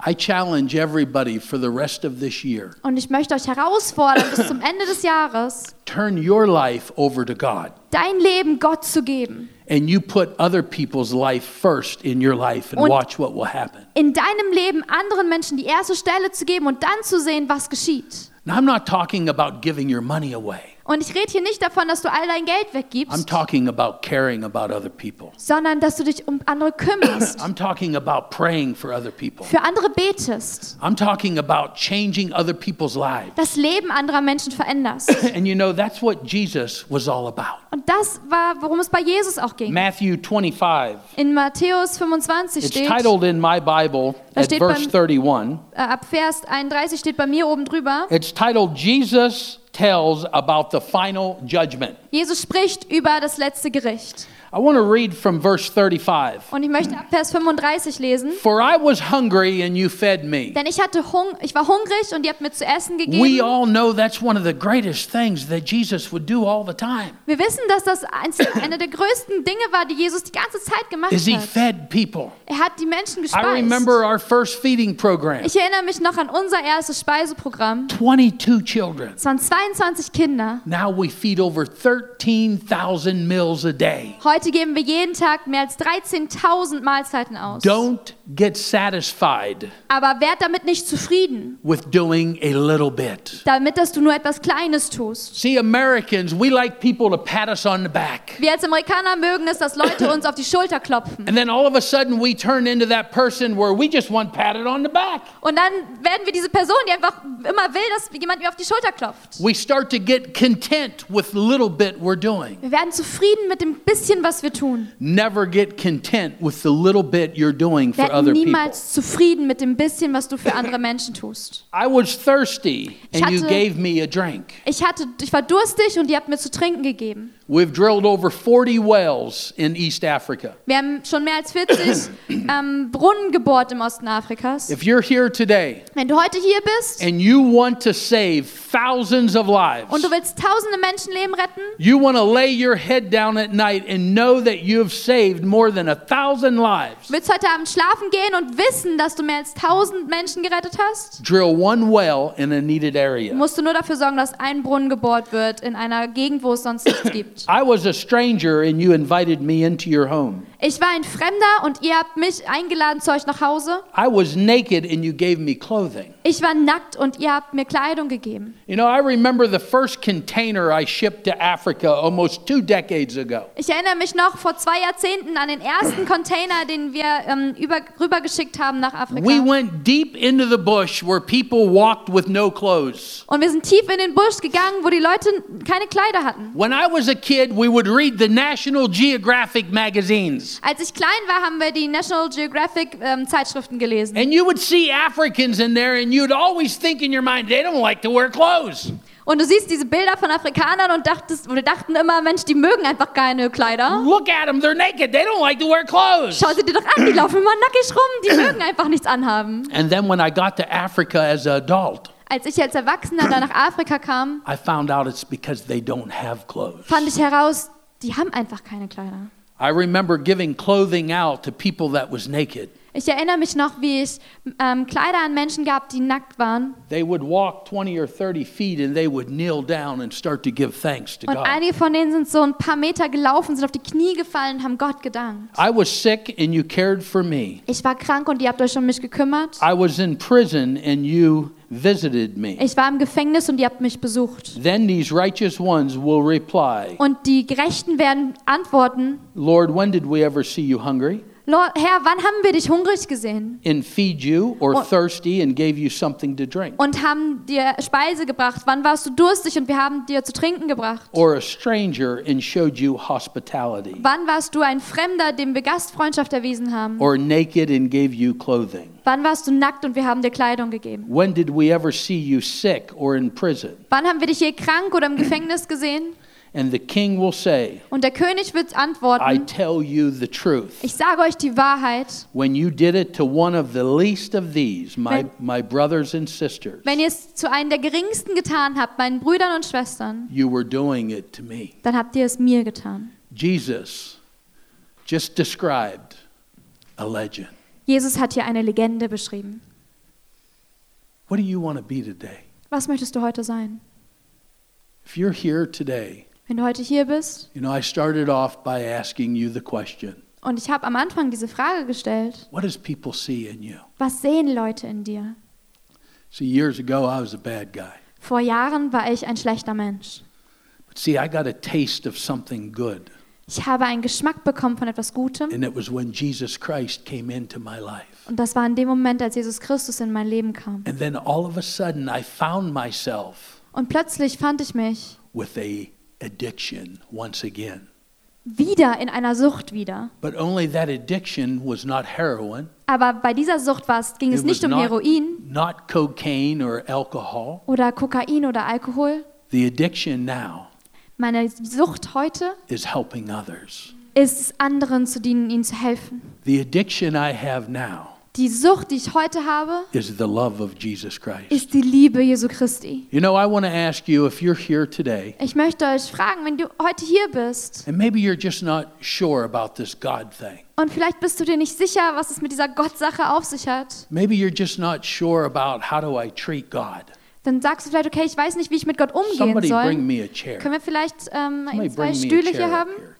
I challenge everybody for the rest of this year
Und ich möchte euch herausfordern, bis zum Ende des Jahres
turn your life over to God.
dein Leben Gott zu geben.
and you put other people's life first in your life and
Und-
watch what will happen.
In deinem Leben anderen Menschen die erste Stelle zu geben und dann zu sehen, was geschieht.
Now, I'm not talking about giving your money away.
Und ich rede hier nicht davon, dass du all dein Geld
I'm
weggibst.
talking about caring about other people.
sondern dass du dich um andere kümmerst,
I'm talking about praying for other people.
für andere betest,
I'm talking about changing other people's lives.
das Leben anderer Menschen veränderst.
And you know, that's what Jesus was all about.
Und das war, worum es bei Jesus auch ging.
Matthew 25.
In Matthäus 25
It's
steht,
titled in my Bible
Da
at
steht
verse
beim-
31.
äh, ab Vers 31 steht bei mir oben drüber,
It's titled Jesus Tells About the Final Judgment.
Jesus spricht über das letzte Gericht.
I want to read from verse 35.
Und ich möchte ab Vers 35 lesen.
For I was hungry and you fed me.
Denn ich, hatte Hung ich war hungrig und ihr habt mir zu essen
We
gegeben.
all know that's one of the greatest things that Jesus would do all the time.
Wir wissen, dass das eins, einer der größten Dinge war, die Jesus die ganze Zeit gemacht
Is he
hat.
fed people?
Er hat die Menschen
I
gespeist.
remember our first feeding program.
Ich erinnere mich noch an unser erstes Speiseprogramm.
22 children.
Es waren 22 Kinder.
Now we feed over 13,000 meals a day.
Heute geben wir jeden Tag mehr als 13.000 Mahlzeiten aus.
Don't get satisfied
Aber werd damit nicht zufrieden,
with doing a little bit.
damit dass du nur etwas Kleines tust.
See, Americans, we like people to pat us on the back.
Wir als Amerikaner mögen es, dass Leute uns auf die Schulter klopfen.
And then all of a sudden we turn into that person where we just want patted on the back.
Und dann werden wir diese Person, die einfach immer will, dass jemand mir auf die Schulter klopft.
We start to get content with little bit we're doing.
Wir werden zufrieden mit dem bisschen, was wir tun.
Never get content with the little bit you're doing for
Werd
other people.
niemals zufrieden mit dem bisschen, was du für andere Menschen tust.
I was thirsty and you
Schatze.
gave me a drink.
Ich, hatte, ich war durstig und ihr habt mir zu trinken gegeben.
We've drilled over 40 wells in East Africa.
Wir haben schon mehr als 40 ähm, Brunnen gebohrt im Osten Afrikas.
If you're here today
Wenn du heute hier bist
and you want to save thousands of lives,
und du willst tausende Menschenleben retten,
you want to lay your head down at night and know that you have saved more than a thousand lives,
willst heute Abend schlafen gehen und wissen, dass du mehr als 1000 Menschen gerettet hast,
drill one well in a needed area.
musst du nur dafür sorgen, dass ein Brunnen gebohrt wird in einer Gegend, wo es sonst nichts gibt.
I was a stranger and you invited me into your home.
Ich war ein Fremder und ihr habt mich eingeladen zu euch nach Hause.
I was naked and you gave me clothing.
Ich war nackt und ihr habt mir Kleidung gegeben.
You know, I remember the first container I shipped to Africa almost two decades ago.
Ich erinnere mich noch vor zwei Jahrzehnten an den ersten Container, den wir ähm, über, rübergeschickt haben nach Afrika.
We went deep into the bush where people walked with no clothes.
Und wir sind tief in den Busch gegangen, wo die Leute keine Kleider hatten.
When I was a kid, we would read the National Geographic magazines.
Als ich klein war, haben wir die National Geographic ähm, Zeitschriften gelesen.
And you would see Africans in there, and you'd always think in your mind, they don't like to wear clothes.
Und du siehst diese Bilder von Afrikanern und dachtest, wir dachten immer, Mensch, die mögen einfach keine Kleider.
Look at them, they're naked, they don't like to wear clothes.
Schau sie dir doch an, die laufen immer nackig rum, die mögen einfach nichts anhaben.
And then when I got to Africa as an adult,
Als ich als Erwachsener dann nach Afrika kam,
I found out it's because they don't have clothes.
fand ich heraus, die haben einfach keine Kleider.
I remember giving clothing out to people that was naked.
Ich erinnere mich noch, wie ich ähm, Kleider an Menschen gab, die nackt waren.
They would walk 20 or 30 feet and they would kneel down and start to give thanks to
Und
God.
einige von denen sind so ein paar Meter gelaufen, sind auf die Knie gefallen und haben Gott gedankt.
I was sick and you cared for me.
Ich war krank und ihr habt euch um mich gekümmert.
I was in prison and you visited me.
Ich war im Gefängnis und ihr habt mich besucht.
Then these righteous ones will reply,
Und die Gerechten werden antworten,
Lord, when did we ever see you hungry
Lord, Herr, wann haben wir dich hungrig gesehen?
and feed you or
Well-
thirsty and gave you something to drink?
Und haben dir Speise gebracht? Wann warst du durstig und wir haben dir zu trinken gebracht?
Or a stranger and showed you hospitality?
Wann warst du ein Fremder, dem wir Gastfreundschaft erwiesen haben?
or naked and gave you clothing?
Wann warst du nackt und wir haben dir Kleidung gegeben?
When did we ever see you sick or in prison?
Wann haben wir dich je krank oder im Gefängnis gesehen?
And the king will say,
Und der König wird
I
antworten,
tell you the truth.
ich sage euch die Wahrheit.
When you did it to one of the least of these, my,
Wenn-
my brothers and sisters,
Wenn ihr es zu einem der geringsten getan habt, meinen Brüdern und Schwestern,
you were doing it to me.
dann habt ihr es mir getan.
Jesus just described a legend.
Jesus hat hier eine Legende beschrieben.
What do you want to be today?
Was möchtest du heute sein?
If you're here today,
Wenn du heute hier bist
you know, I started off by asking you the question
und ich habe am Anfang diese Frage gestellt,
what does people see in you?
was sehen Leute in dir?
See, years ago, I was a bad guy.
Vor Jahren war ich ein schlechter Mensch.
But see, I got a taste of something good,
Ich habe einen Geschmack bekommen von etwas Gutem
and it was when Jesus Christ came into my life.
und das war in dem Moment, als Jesus Christus in mein Leben kam.
And then all of a sudden, I found myself
Und plötzlich fand ich mich
with a addiction once again.
wieder in einer Sucht wieder.
But only that addiction was not heroin.
Aber bei dieser Sucht war es, ging es
was
nicht um
not-
Heroin
not cocaine or alcohol.
oder Kokain oder Alkohol.
The addiction now
Meine Sucht heute
is helping others.
ist es, anderen zu dienen, ihnen zu helfen.
The addiction I have now
Die Sucht, die ich heute habe,
is the love of Jesus Christ.
ist die Liebe Jesu Christi.
You know, I want to ask you if you're here today
Ich möchte euch fragen, wenn du heute hier bist
and maybe you're just not sure about this God thing.
und vielleicht bist du dir nicht sicher, was es mit dieser Gottsache auf sich hat,
Maybe you're just not sure about how do I treat God.
dann sagst du vielleicht, okay, ich weiß nicht, wie ich mit Gott umgehen
Somebody bring
soll.
me a chair.
Können wir vielleicht ähm,
Somebody
zwei
bring me
Stühle
a chair
hier
up
haben?
here.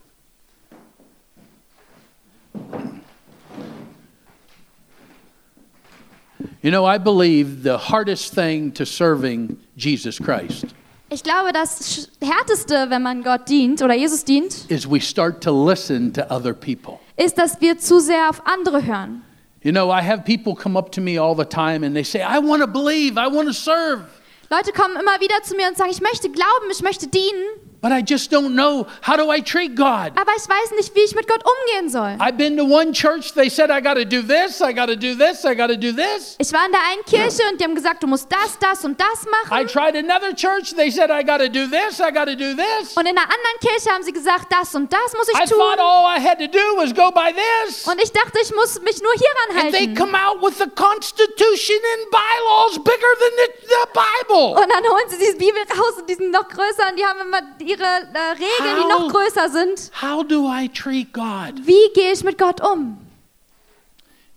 You know, I believe the hardest thing to serving Jesus Christ
Ich glaube, das Sch- Härteste, wenn man Gott dient oder Jesus dient,
is we start to listen to other people.
ist, dass wir zu sehr auf andere hören.
You know, I have people come up to me all the time and they say, I want to believe, I want to serve,
Leute kommen immer wieder zu mir und sagen, ich möchte glauben, ich möchte dienen,
but I just don't know. How do I treat God?
aber ich weiß nicht, wie ich mit Gott umgehen soll.
I've been to one church, they said, I got to do this, I got to do this, I got to do this.
Ich war in der einen Kirche und die haben gesagt, du musst das, das und das
I
machen.
tried another church, they said, I got to do this, I got to do this.
Und in der anderen Kirche haben sie gesagt, das und das muss
I
ich
thought
tun.
all I had to do was go by this.
Und ich dachte, ich muss mich nur hieran
And they
halten.
come out with the Constitution and bylaws bigger than the, the Bible.
Und dann holen sie diese Bibel raus und die sind noch größer und die haben immer ihre äh, Regeln, die noch
How?
größer sind.
How do I treat God?
Wie gehe ich mit Gott um?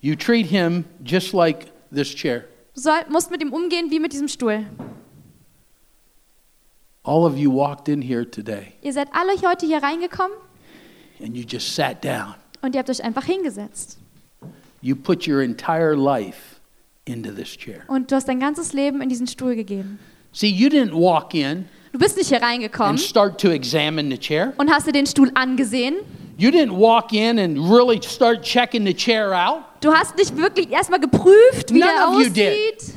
You treat him just like this chair.
Du soll, musst mit ihm umgehen wie mit diesem Stuhl.
All of you walked in here today
Ihr seid alle heute hier reingekommen
and you just sat down.
und ihr habt euch einfach hingesetzt.
You put your entire life into this chair.
Und du hast dein ganzes Leben in diesen Stuhl gegeben.
See, you didn't walk in
Du bist nicht hier
and
reingekommen
start to examine the chair.
und hast dir den Stuhl angesehen.
You didn't walk in and really start checking the chair out.
Du hast nicht wirklich erstmal geprüft, wie
None
der
of you did.
aussieht.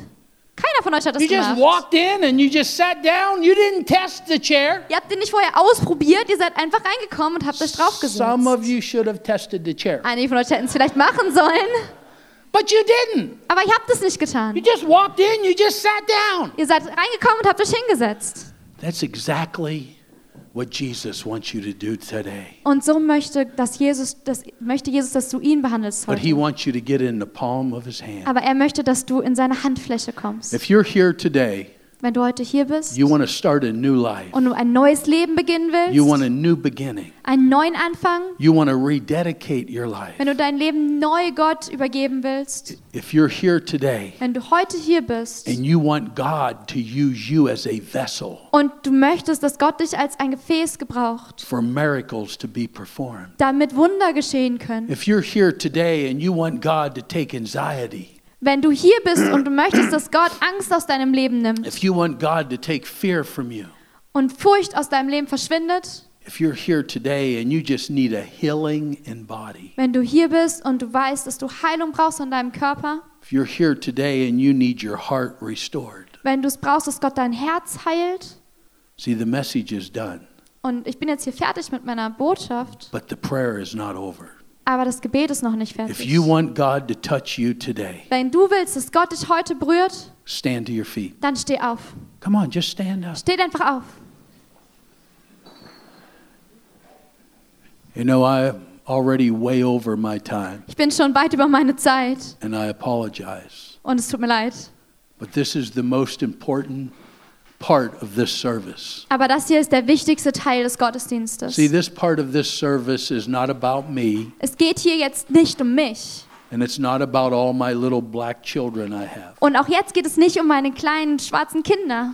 Keiner von euch hat das
You just
gemacht.
walked in and you just sat down. You didn't test the chair.
Ihr habt den nicht vorher ausprobiert, ihr seid einfach reingekommen und habt euch
Some
draufgesetzt.
of you should have tested the chair,
Einige von euch hätten es vielleicht machen sollen,
but you didn't.
aber ihr habt es nicht
You
getan.
just walked in, you just sat down.
Ihr seid reingekommen und habt euch hingesetzt.
That's exactly what Jesus wants you to do today.
Und so möchte, dass Jesus, dass, möchte Jesus, dass du ihn behandelst
But he
heute.
wants you to get in the palm of his hand.
Aber er möchte, dass du in seine Handfläche kommst.
If you're here today,
Wenn du heute hier bist
you want to start a new life.
und du ein neues Leben beginnen
You want
willst,
a new beginning.
einen neuen Anfang,
You want to rededicate your life.
wenn du dein Leben neu Gott übergeben willst,
If you're here today
wenn du heute hier bist
and you want God to use you as a vessel
und du möchtest, dass Gott dich als ein Gefäß gebraucht,
for miracles to be performed.
damit Wunder geschehen können.
If you're here today and you want God to take anxiety,
Wenn du hier bist und du möchtest, dass Gott Angst aus deinem Leben nimmt
if you want God to take fear from you,
und Furcht aus deinem Leben verschwindet,
If you're here today and you just need a healing in body,
wenn du hier bist und du weißt, dass du Heilung brauchst an deinem Körper,
if you're here today and you need your heart restored,
wenn du es brauchst, dass Gott dein Herz heilt,
see, the message is done,
und ich bin jetzt hier fertig mit meiner Botschaft,
but the prayer is not over.
aber das Gebet ist noch nicht
If
fertig.
you want God to touch you today,
Wenn du willst, dass Gott dich heute berührt,
stand to your feet.
dann steh auf.
Come on, just stand up.
Steht einfach auf.
You know, I'm already way over my time,
Ich bin schon weit über meine Zeit
and I apologize,
und es tut mir leid.
but this is the most important part of this service.
Aber das hier ist der wichtigste Teil des Gottesdienstes.
See, this part of this service is not about me,
Es geht hier jetzt nicht um mich.
and it's not about all my little black children I have.
Und auch jetzt geht es nicht um meine kleinen schwarzen Kinder.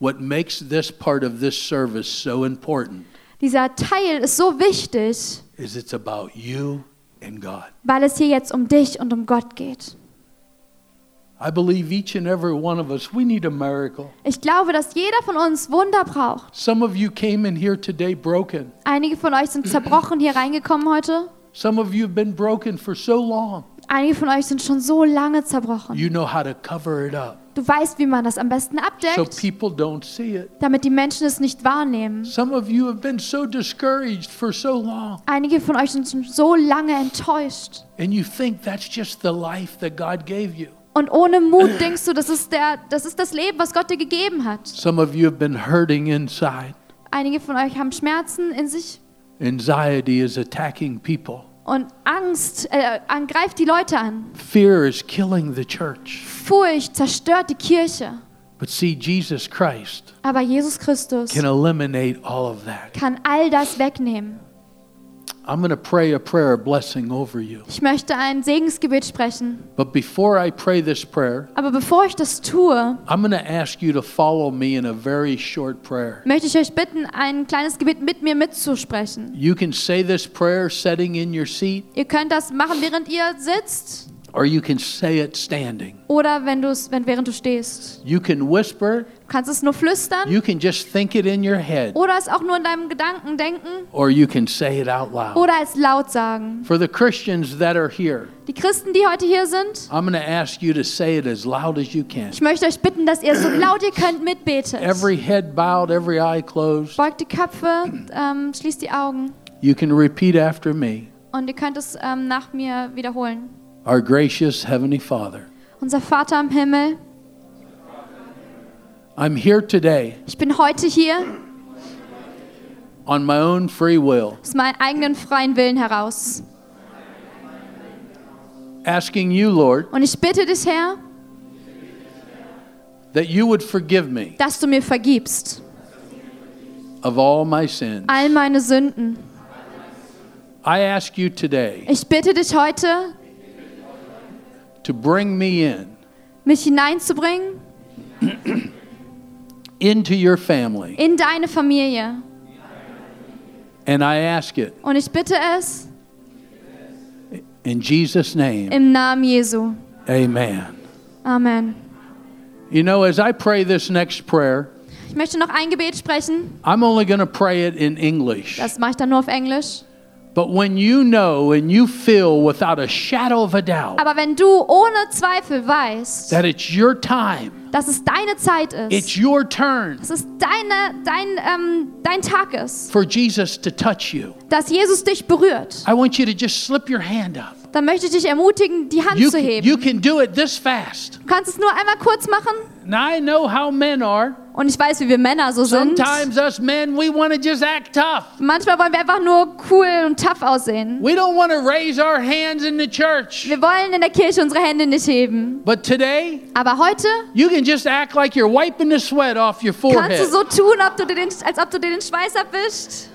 What makes this part of this service so important
Dieser Teil ist so wichtig,
is it's about you and God.
weil es hier jetzt um dich und um Gott geht.
I believe each and every one of us, we need a miracle.
Ich glaube, dass jeder von uns Wunder braucht.
Some of you came in here today broken.
Einige von euch sind zerbrochen hier reingekommen heute.
Some of you have been broken for so long,
Einige von euch sind schon so lange zerbrochen.
you know how to cover it up
Du weißt, wie man das am besten
so
abdeckt,
people don't see it.
damit die Menschen es nicht wahrnehmen.
Some of you have been so discouraged for so long,
Einige von euch sind schon so lange enttäuscht.
and you think that's just the life that God gave you.
Und ohne Mut denkst du, das ist, der, das ist das Leben, was Gott dir gegeben hat.
Some of you have been hurting inside.
Einige von euch haben Schmerzen in sich
Anxiety is attacking people,
und Angst äh, angreift die Leute an.
fear is killing the church.
Furcht zerstört die Kirche.
But see, Jesus Christ
Aber Jesus Christus
can eliminate all of that.
kann all das wegnehmen.
I'm going to pray a prayer, a blessing over you.
Ich möchte ein Segensgebet sprechen.
But before I pray this prayer,
Aber bevor ich das tue,
I'm going to ask you to follow me in a very short prayer.
möchte ich euch bitten, ein kleines Gebet mit mir mitzusprechen.
You can say this prayer sitting in your seat,
Ihr könnt das machen, während ihr sitzt.
or you can say it standing.
oder wenn du es, wenn, während du stehst.
You can whisper it,
Du kannst es nur flüstern
you can just think it in your head,
oder es auch nur in deinem Gedanken denken
or you can say it out loud.
oder es laut sagen.
For the Christians that are here,
Die Christen, die heute hier sind,
I'm going to ask you to say it as loud as you can.
ich möchte euch bitten, dass ihr so laut ihr könnt mitbetet.
Every head bowed, every eye closed.
Beugt die Köpfe, ähm, schließt die Augen
You can repeat after me.
und ihr könnt es ähm, nach mir wiederholen.
Our gracious Heavenly Father,
Unser Vater im Himmel,
I'm here today
ich bin heute hier
on my own free will,
aus meinem eigenen freien Willen heraus.
asking you, Lord,
Und ich bitte dich, Herr,
that you would forgive me
dass du mir vergibst
of all my sins.
all meine Sünden.
I ask you today
Ich bitte dich heute,
to bring me in
mich hineinzubringen
into your family,
in deine Familie.
and I ask it
Und ich bitte es
in Jesus' name.
im Namen Jesu.
Amen.
Amen.
You know, as I pray this next prayer,
Ich möchte noch ein Gebet sprechen.
I'm only going to pray it in English.
Das mache ich dann nur auf Englisch.
But when you know and you feel without a shadow of a doubt
Aber wenn du ohne Zweifel weißt,
that it's your time,
dass es deine Zeit
it's
ist,
your turn
dass es deine, dein, ähm, dein Tag ist,
for Jesus to touch you,
dass Jesus dich berührt,
I want you to just slip your hand up.
dann möchte ich dich ermutigen, die Hand
You,
zu
can-
heben.
you can do it this fast.
du kannst es nur einmal kurz machen.
Now, I know how men are.
Und ich weiß, wie wir Männer so sind.
Sometimes us men, we want to just act tough.
Manchmal wollen wir einfach nur cool und tough aussehen.
We don't want to raise our hands in the church.
Wir wollen in der Kirche unsere Hände nicht heben.
But today,
Aber heute
you can just act like you're wiping the sweat off your
kannst du
forehead.
so tun, ob du dir den, als ob du dir den Schweiß abwischst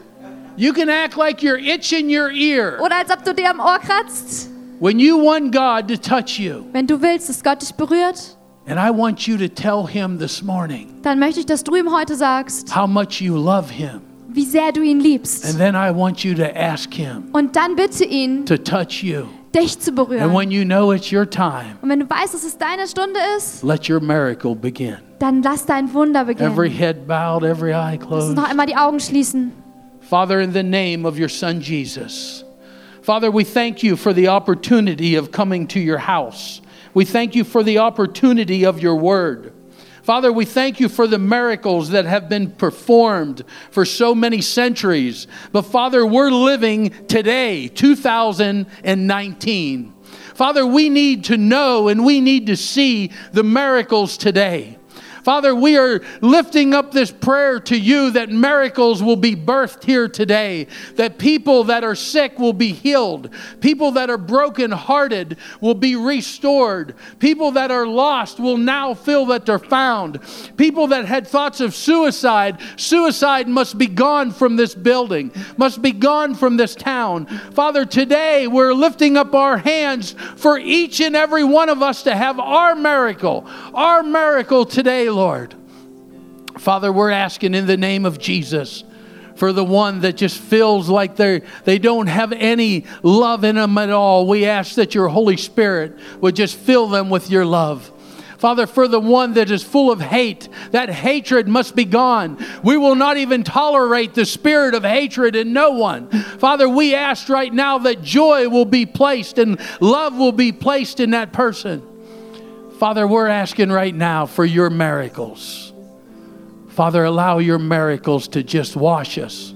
You can act like you're itching your ear
oder als ob du dir am Ohr kratzt.
when you want God to touch you.
Wenn du willst, dass Gott dich berührt,
And I want you to tell Him this morning
dann möchte ich, dass du ihm heute sagst,
how much you love Him.
wie sehr du ihn
And
liebst.
then I want you to ask Him
Und dann bitte ihn,
to touch you.
dich zu
And
berühren.
when you know it's your time,
Und wenn du weißt, dass es deine Stunde ist,
let your miracle begin.
dann lass dein Wunder
Every
beginnen.
head bowed, every eye
Lass uns
closed.
noch einmal die Augen schließen.
Father, in the name of your Son Jesus, Father, we thank you for the opportunity of coming to your house. We thank you for the opportunity of your word. Father, we thank you for the miracles that have been performed for so many centuries. But Father, we're living today, 2019. Father, we need to know and we need to see the miracles today. Father, we are lifting up this prayer to you that miracles will be birthed here today, that people that are sick will be healed, people that are brokenhearted will be restored, people that are lost will now feel that they're found, people that had thoughts of suicide, suicide must be gone from this building, must be gone from this town. Father, today we're lifting up our hands for each and every one of us to have our miracle, our miracle today, Lord. Father, we're asking in the name of Jesus for the one that just feels like they they don't have any love in them at all. We ask that your Holy Spirit would just fill them with your love. Father, for the one that is full of hate, that hatred must be gone. We will not even tolerate the spirit of hatred in no one. Father, we ask right now that joy will be placed and love will be placed in that person. Father, we're asking right now for your miracles. Father, allow your miracles to just wash us,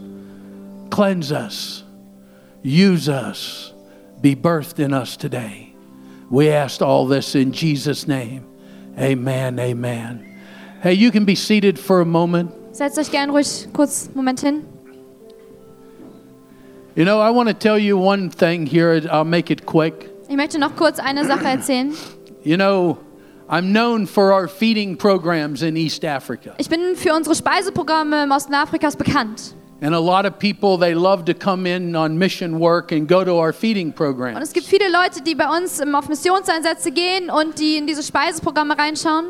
cleanse us, use us, be birthed in us today. We asked all this in Jesus' name. Amen, amen. Hey, you can be seated for a moment.
Setzt euch gern ruhig kurz einen Moment hin.
You know, I want to tell you one thing here. I'll make it quick.
Ich möchte noch kurz eine Sache erzählen.
You know, I'm known for our feeding programs in East Africa.
Ich bin für unsere Speiseprogramme im Osten Afrikas bekannt.
And a lot of people, they love to come in on mission work and go to our feeding
Und es
programs.
gibt viele Leute, die bei uns ähm, auf Missionseinsätze gehen und die in diese Speiseprogramme reinschauen.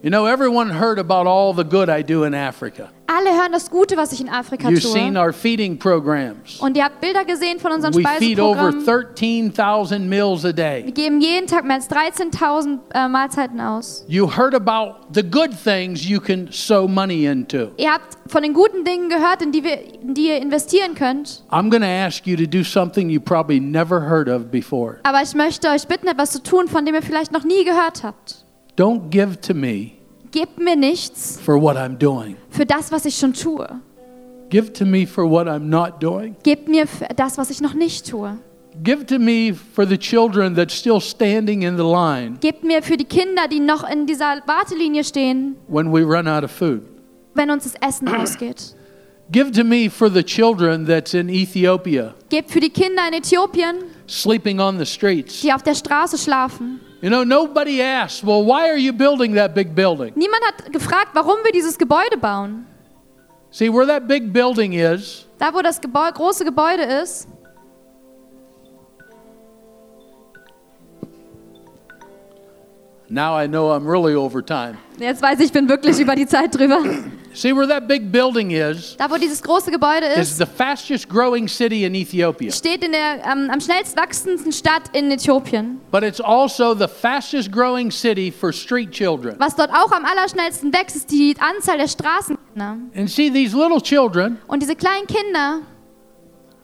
You know, everyone heard about all the good I do in Africa.
alle hören das Gute, was ich in Afrika
You've seen
tue.
our feeding programs.
Und ihr habt Bilder gesehen von unserem
We feed over
Speiseprogramm.
13,000 meals a day.
Wir geben jeden Tag mehr als 13.000 äh, Mahlzeiten aus.
You heard about the good things you can sow money into.
Ihr habt von den guten Dingen gehört, in die, wir, in die ihr investieren könnt.
I'm going to ask you to do something you probably never heard of before.
Aber ich möchte euch bitten, etwas zu tun, von dem ihr vielleicht noch nie gehört habt.
Don't give to me
Gebt mir nichts
for what I'm doing.
für das, was ich schon tue.
Give to me for what I'm not doing.
Gebt mir für das, was ich noch nicht tue.
Give to me for the children that's still standing in the line
Gebt mir für die Kinder, die noch in dieser Wartelinie stehen,
when we run out of food.
wenn uns das Essen ausgeht.
Give to me for the children that's in Ethiopia
Gebt für die Kinder in Äthiopien,
sleeping on the streets.
die auf der Straße schlafen.
You know, nobody asks, well, why are you building that big building?
Niemand hat gefragt, warum wir dieses Gebäude bauen.
See, where that big building is,
Da, wo das Gebäu große Gebäude ist,
now I know I'm really over time.
jetzt weiß ich, ich bin wirklich über die Zeit drüber.
See, where that big building is,
Da, wo dieses große Gebäude
is
ist,
the fastest growing city in Ethiopia,
steht in der ähm, am schnellst wachsendsten Stadt in Äthiopien.
but it's also the fastest growing city for street children.
Was dort auch am allerschnellsten wächst, ist die Anzahl der Straßenkinder.
And see, these little children,
Und diese kleinen Kinder,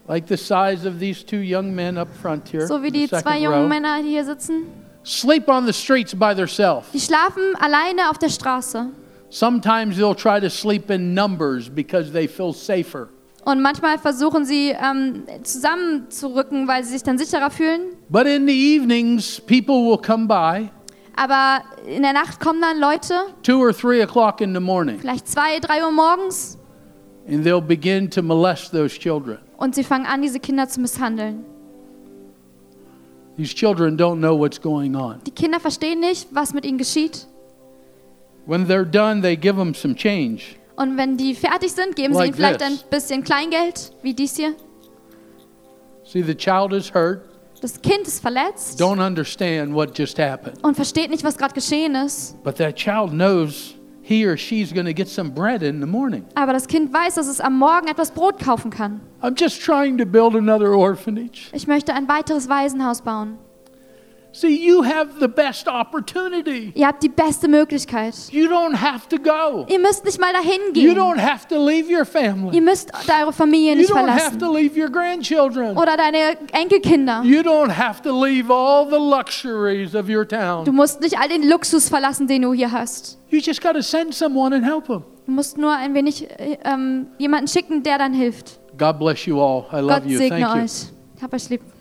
like the size of these two young men up front here,
so wie
in the
die
second
zwei jungen
row,
Männer, die hier sitzen,
sleep on the streets by themselves.
die schlafen alleine auf der Straße.
Sometimes they'll try to sleep in numbers because they feel safer.
Und manchmal versuchen sie ähm, zusammenzurücken, weil sie sich dann sicherer fühlen.
But in the evenings, people will come by
Aber in der Nacht kommen dann Leute,
two or three o'clock in the morning,
vielleicht zwei, drei Uhr morgens,
and they'll begin to molest those children.
und sie fangen an, diese Kinder zu misshandeln.
These children don't know what's going on.
Die Kinder verstehen nicht, was mit ihnen geschieht.
When they're done, they give them some change.
Und wenn die fertig sind, geben sie
Like
ihnen vielleicht
this.
ein bisschen Kleingeld, wie dies hier.
See, the child is hurt,
Das Kind ist verletzt
don't understand what just happened.
und versteht nicht, was gerade geschehen ist.
But that child knows he or she's going to get some bread in the morning.
Aber das Kind weiß, dass es am Morgen etwas Brot kaufen kann.
I'm just trying to build another orphanage.
Ich möchte ein weiteres Waisenhaus bauen.
See, you have the best opportunity.
Ihr habt die beste Möglichkeit.
You don't have to go.
Ihr müsst nicht mal dahin
You
gehen.
don't have to leave your
Ihr
family.
müsst da eure Familie
You
nicht
don't have to
verlassen.
leave your grandchildren.
Oder deine Enkelkinder.
You don't have to leave all the luxuries of your
Du
town.
musst nicht all den Luxus verlassen, den du hier hast.
You just got to send someone and help them.
Du musst nur ein wenig äh, ähm, jemanden schicken, der dann hilft.
God bless you all. I love
Gott
you.
segne
Thank you.
euch. Ich hab euch lieb.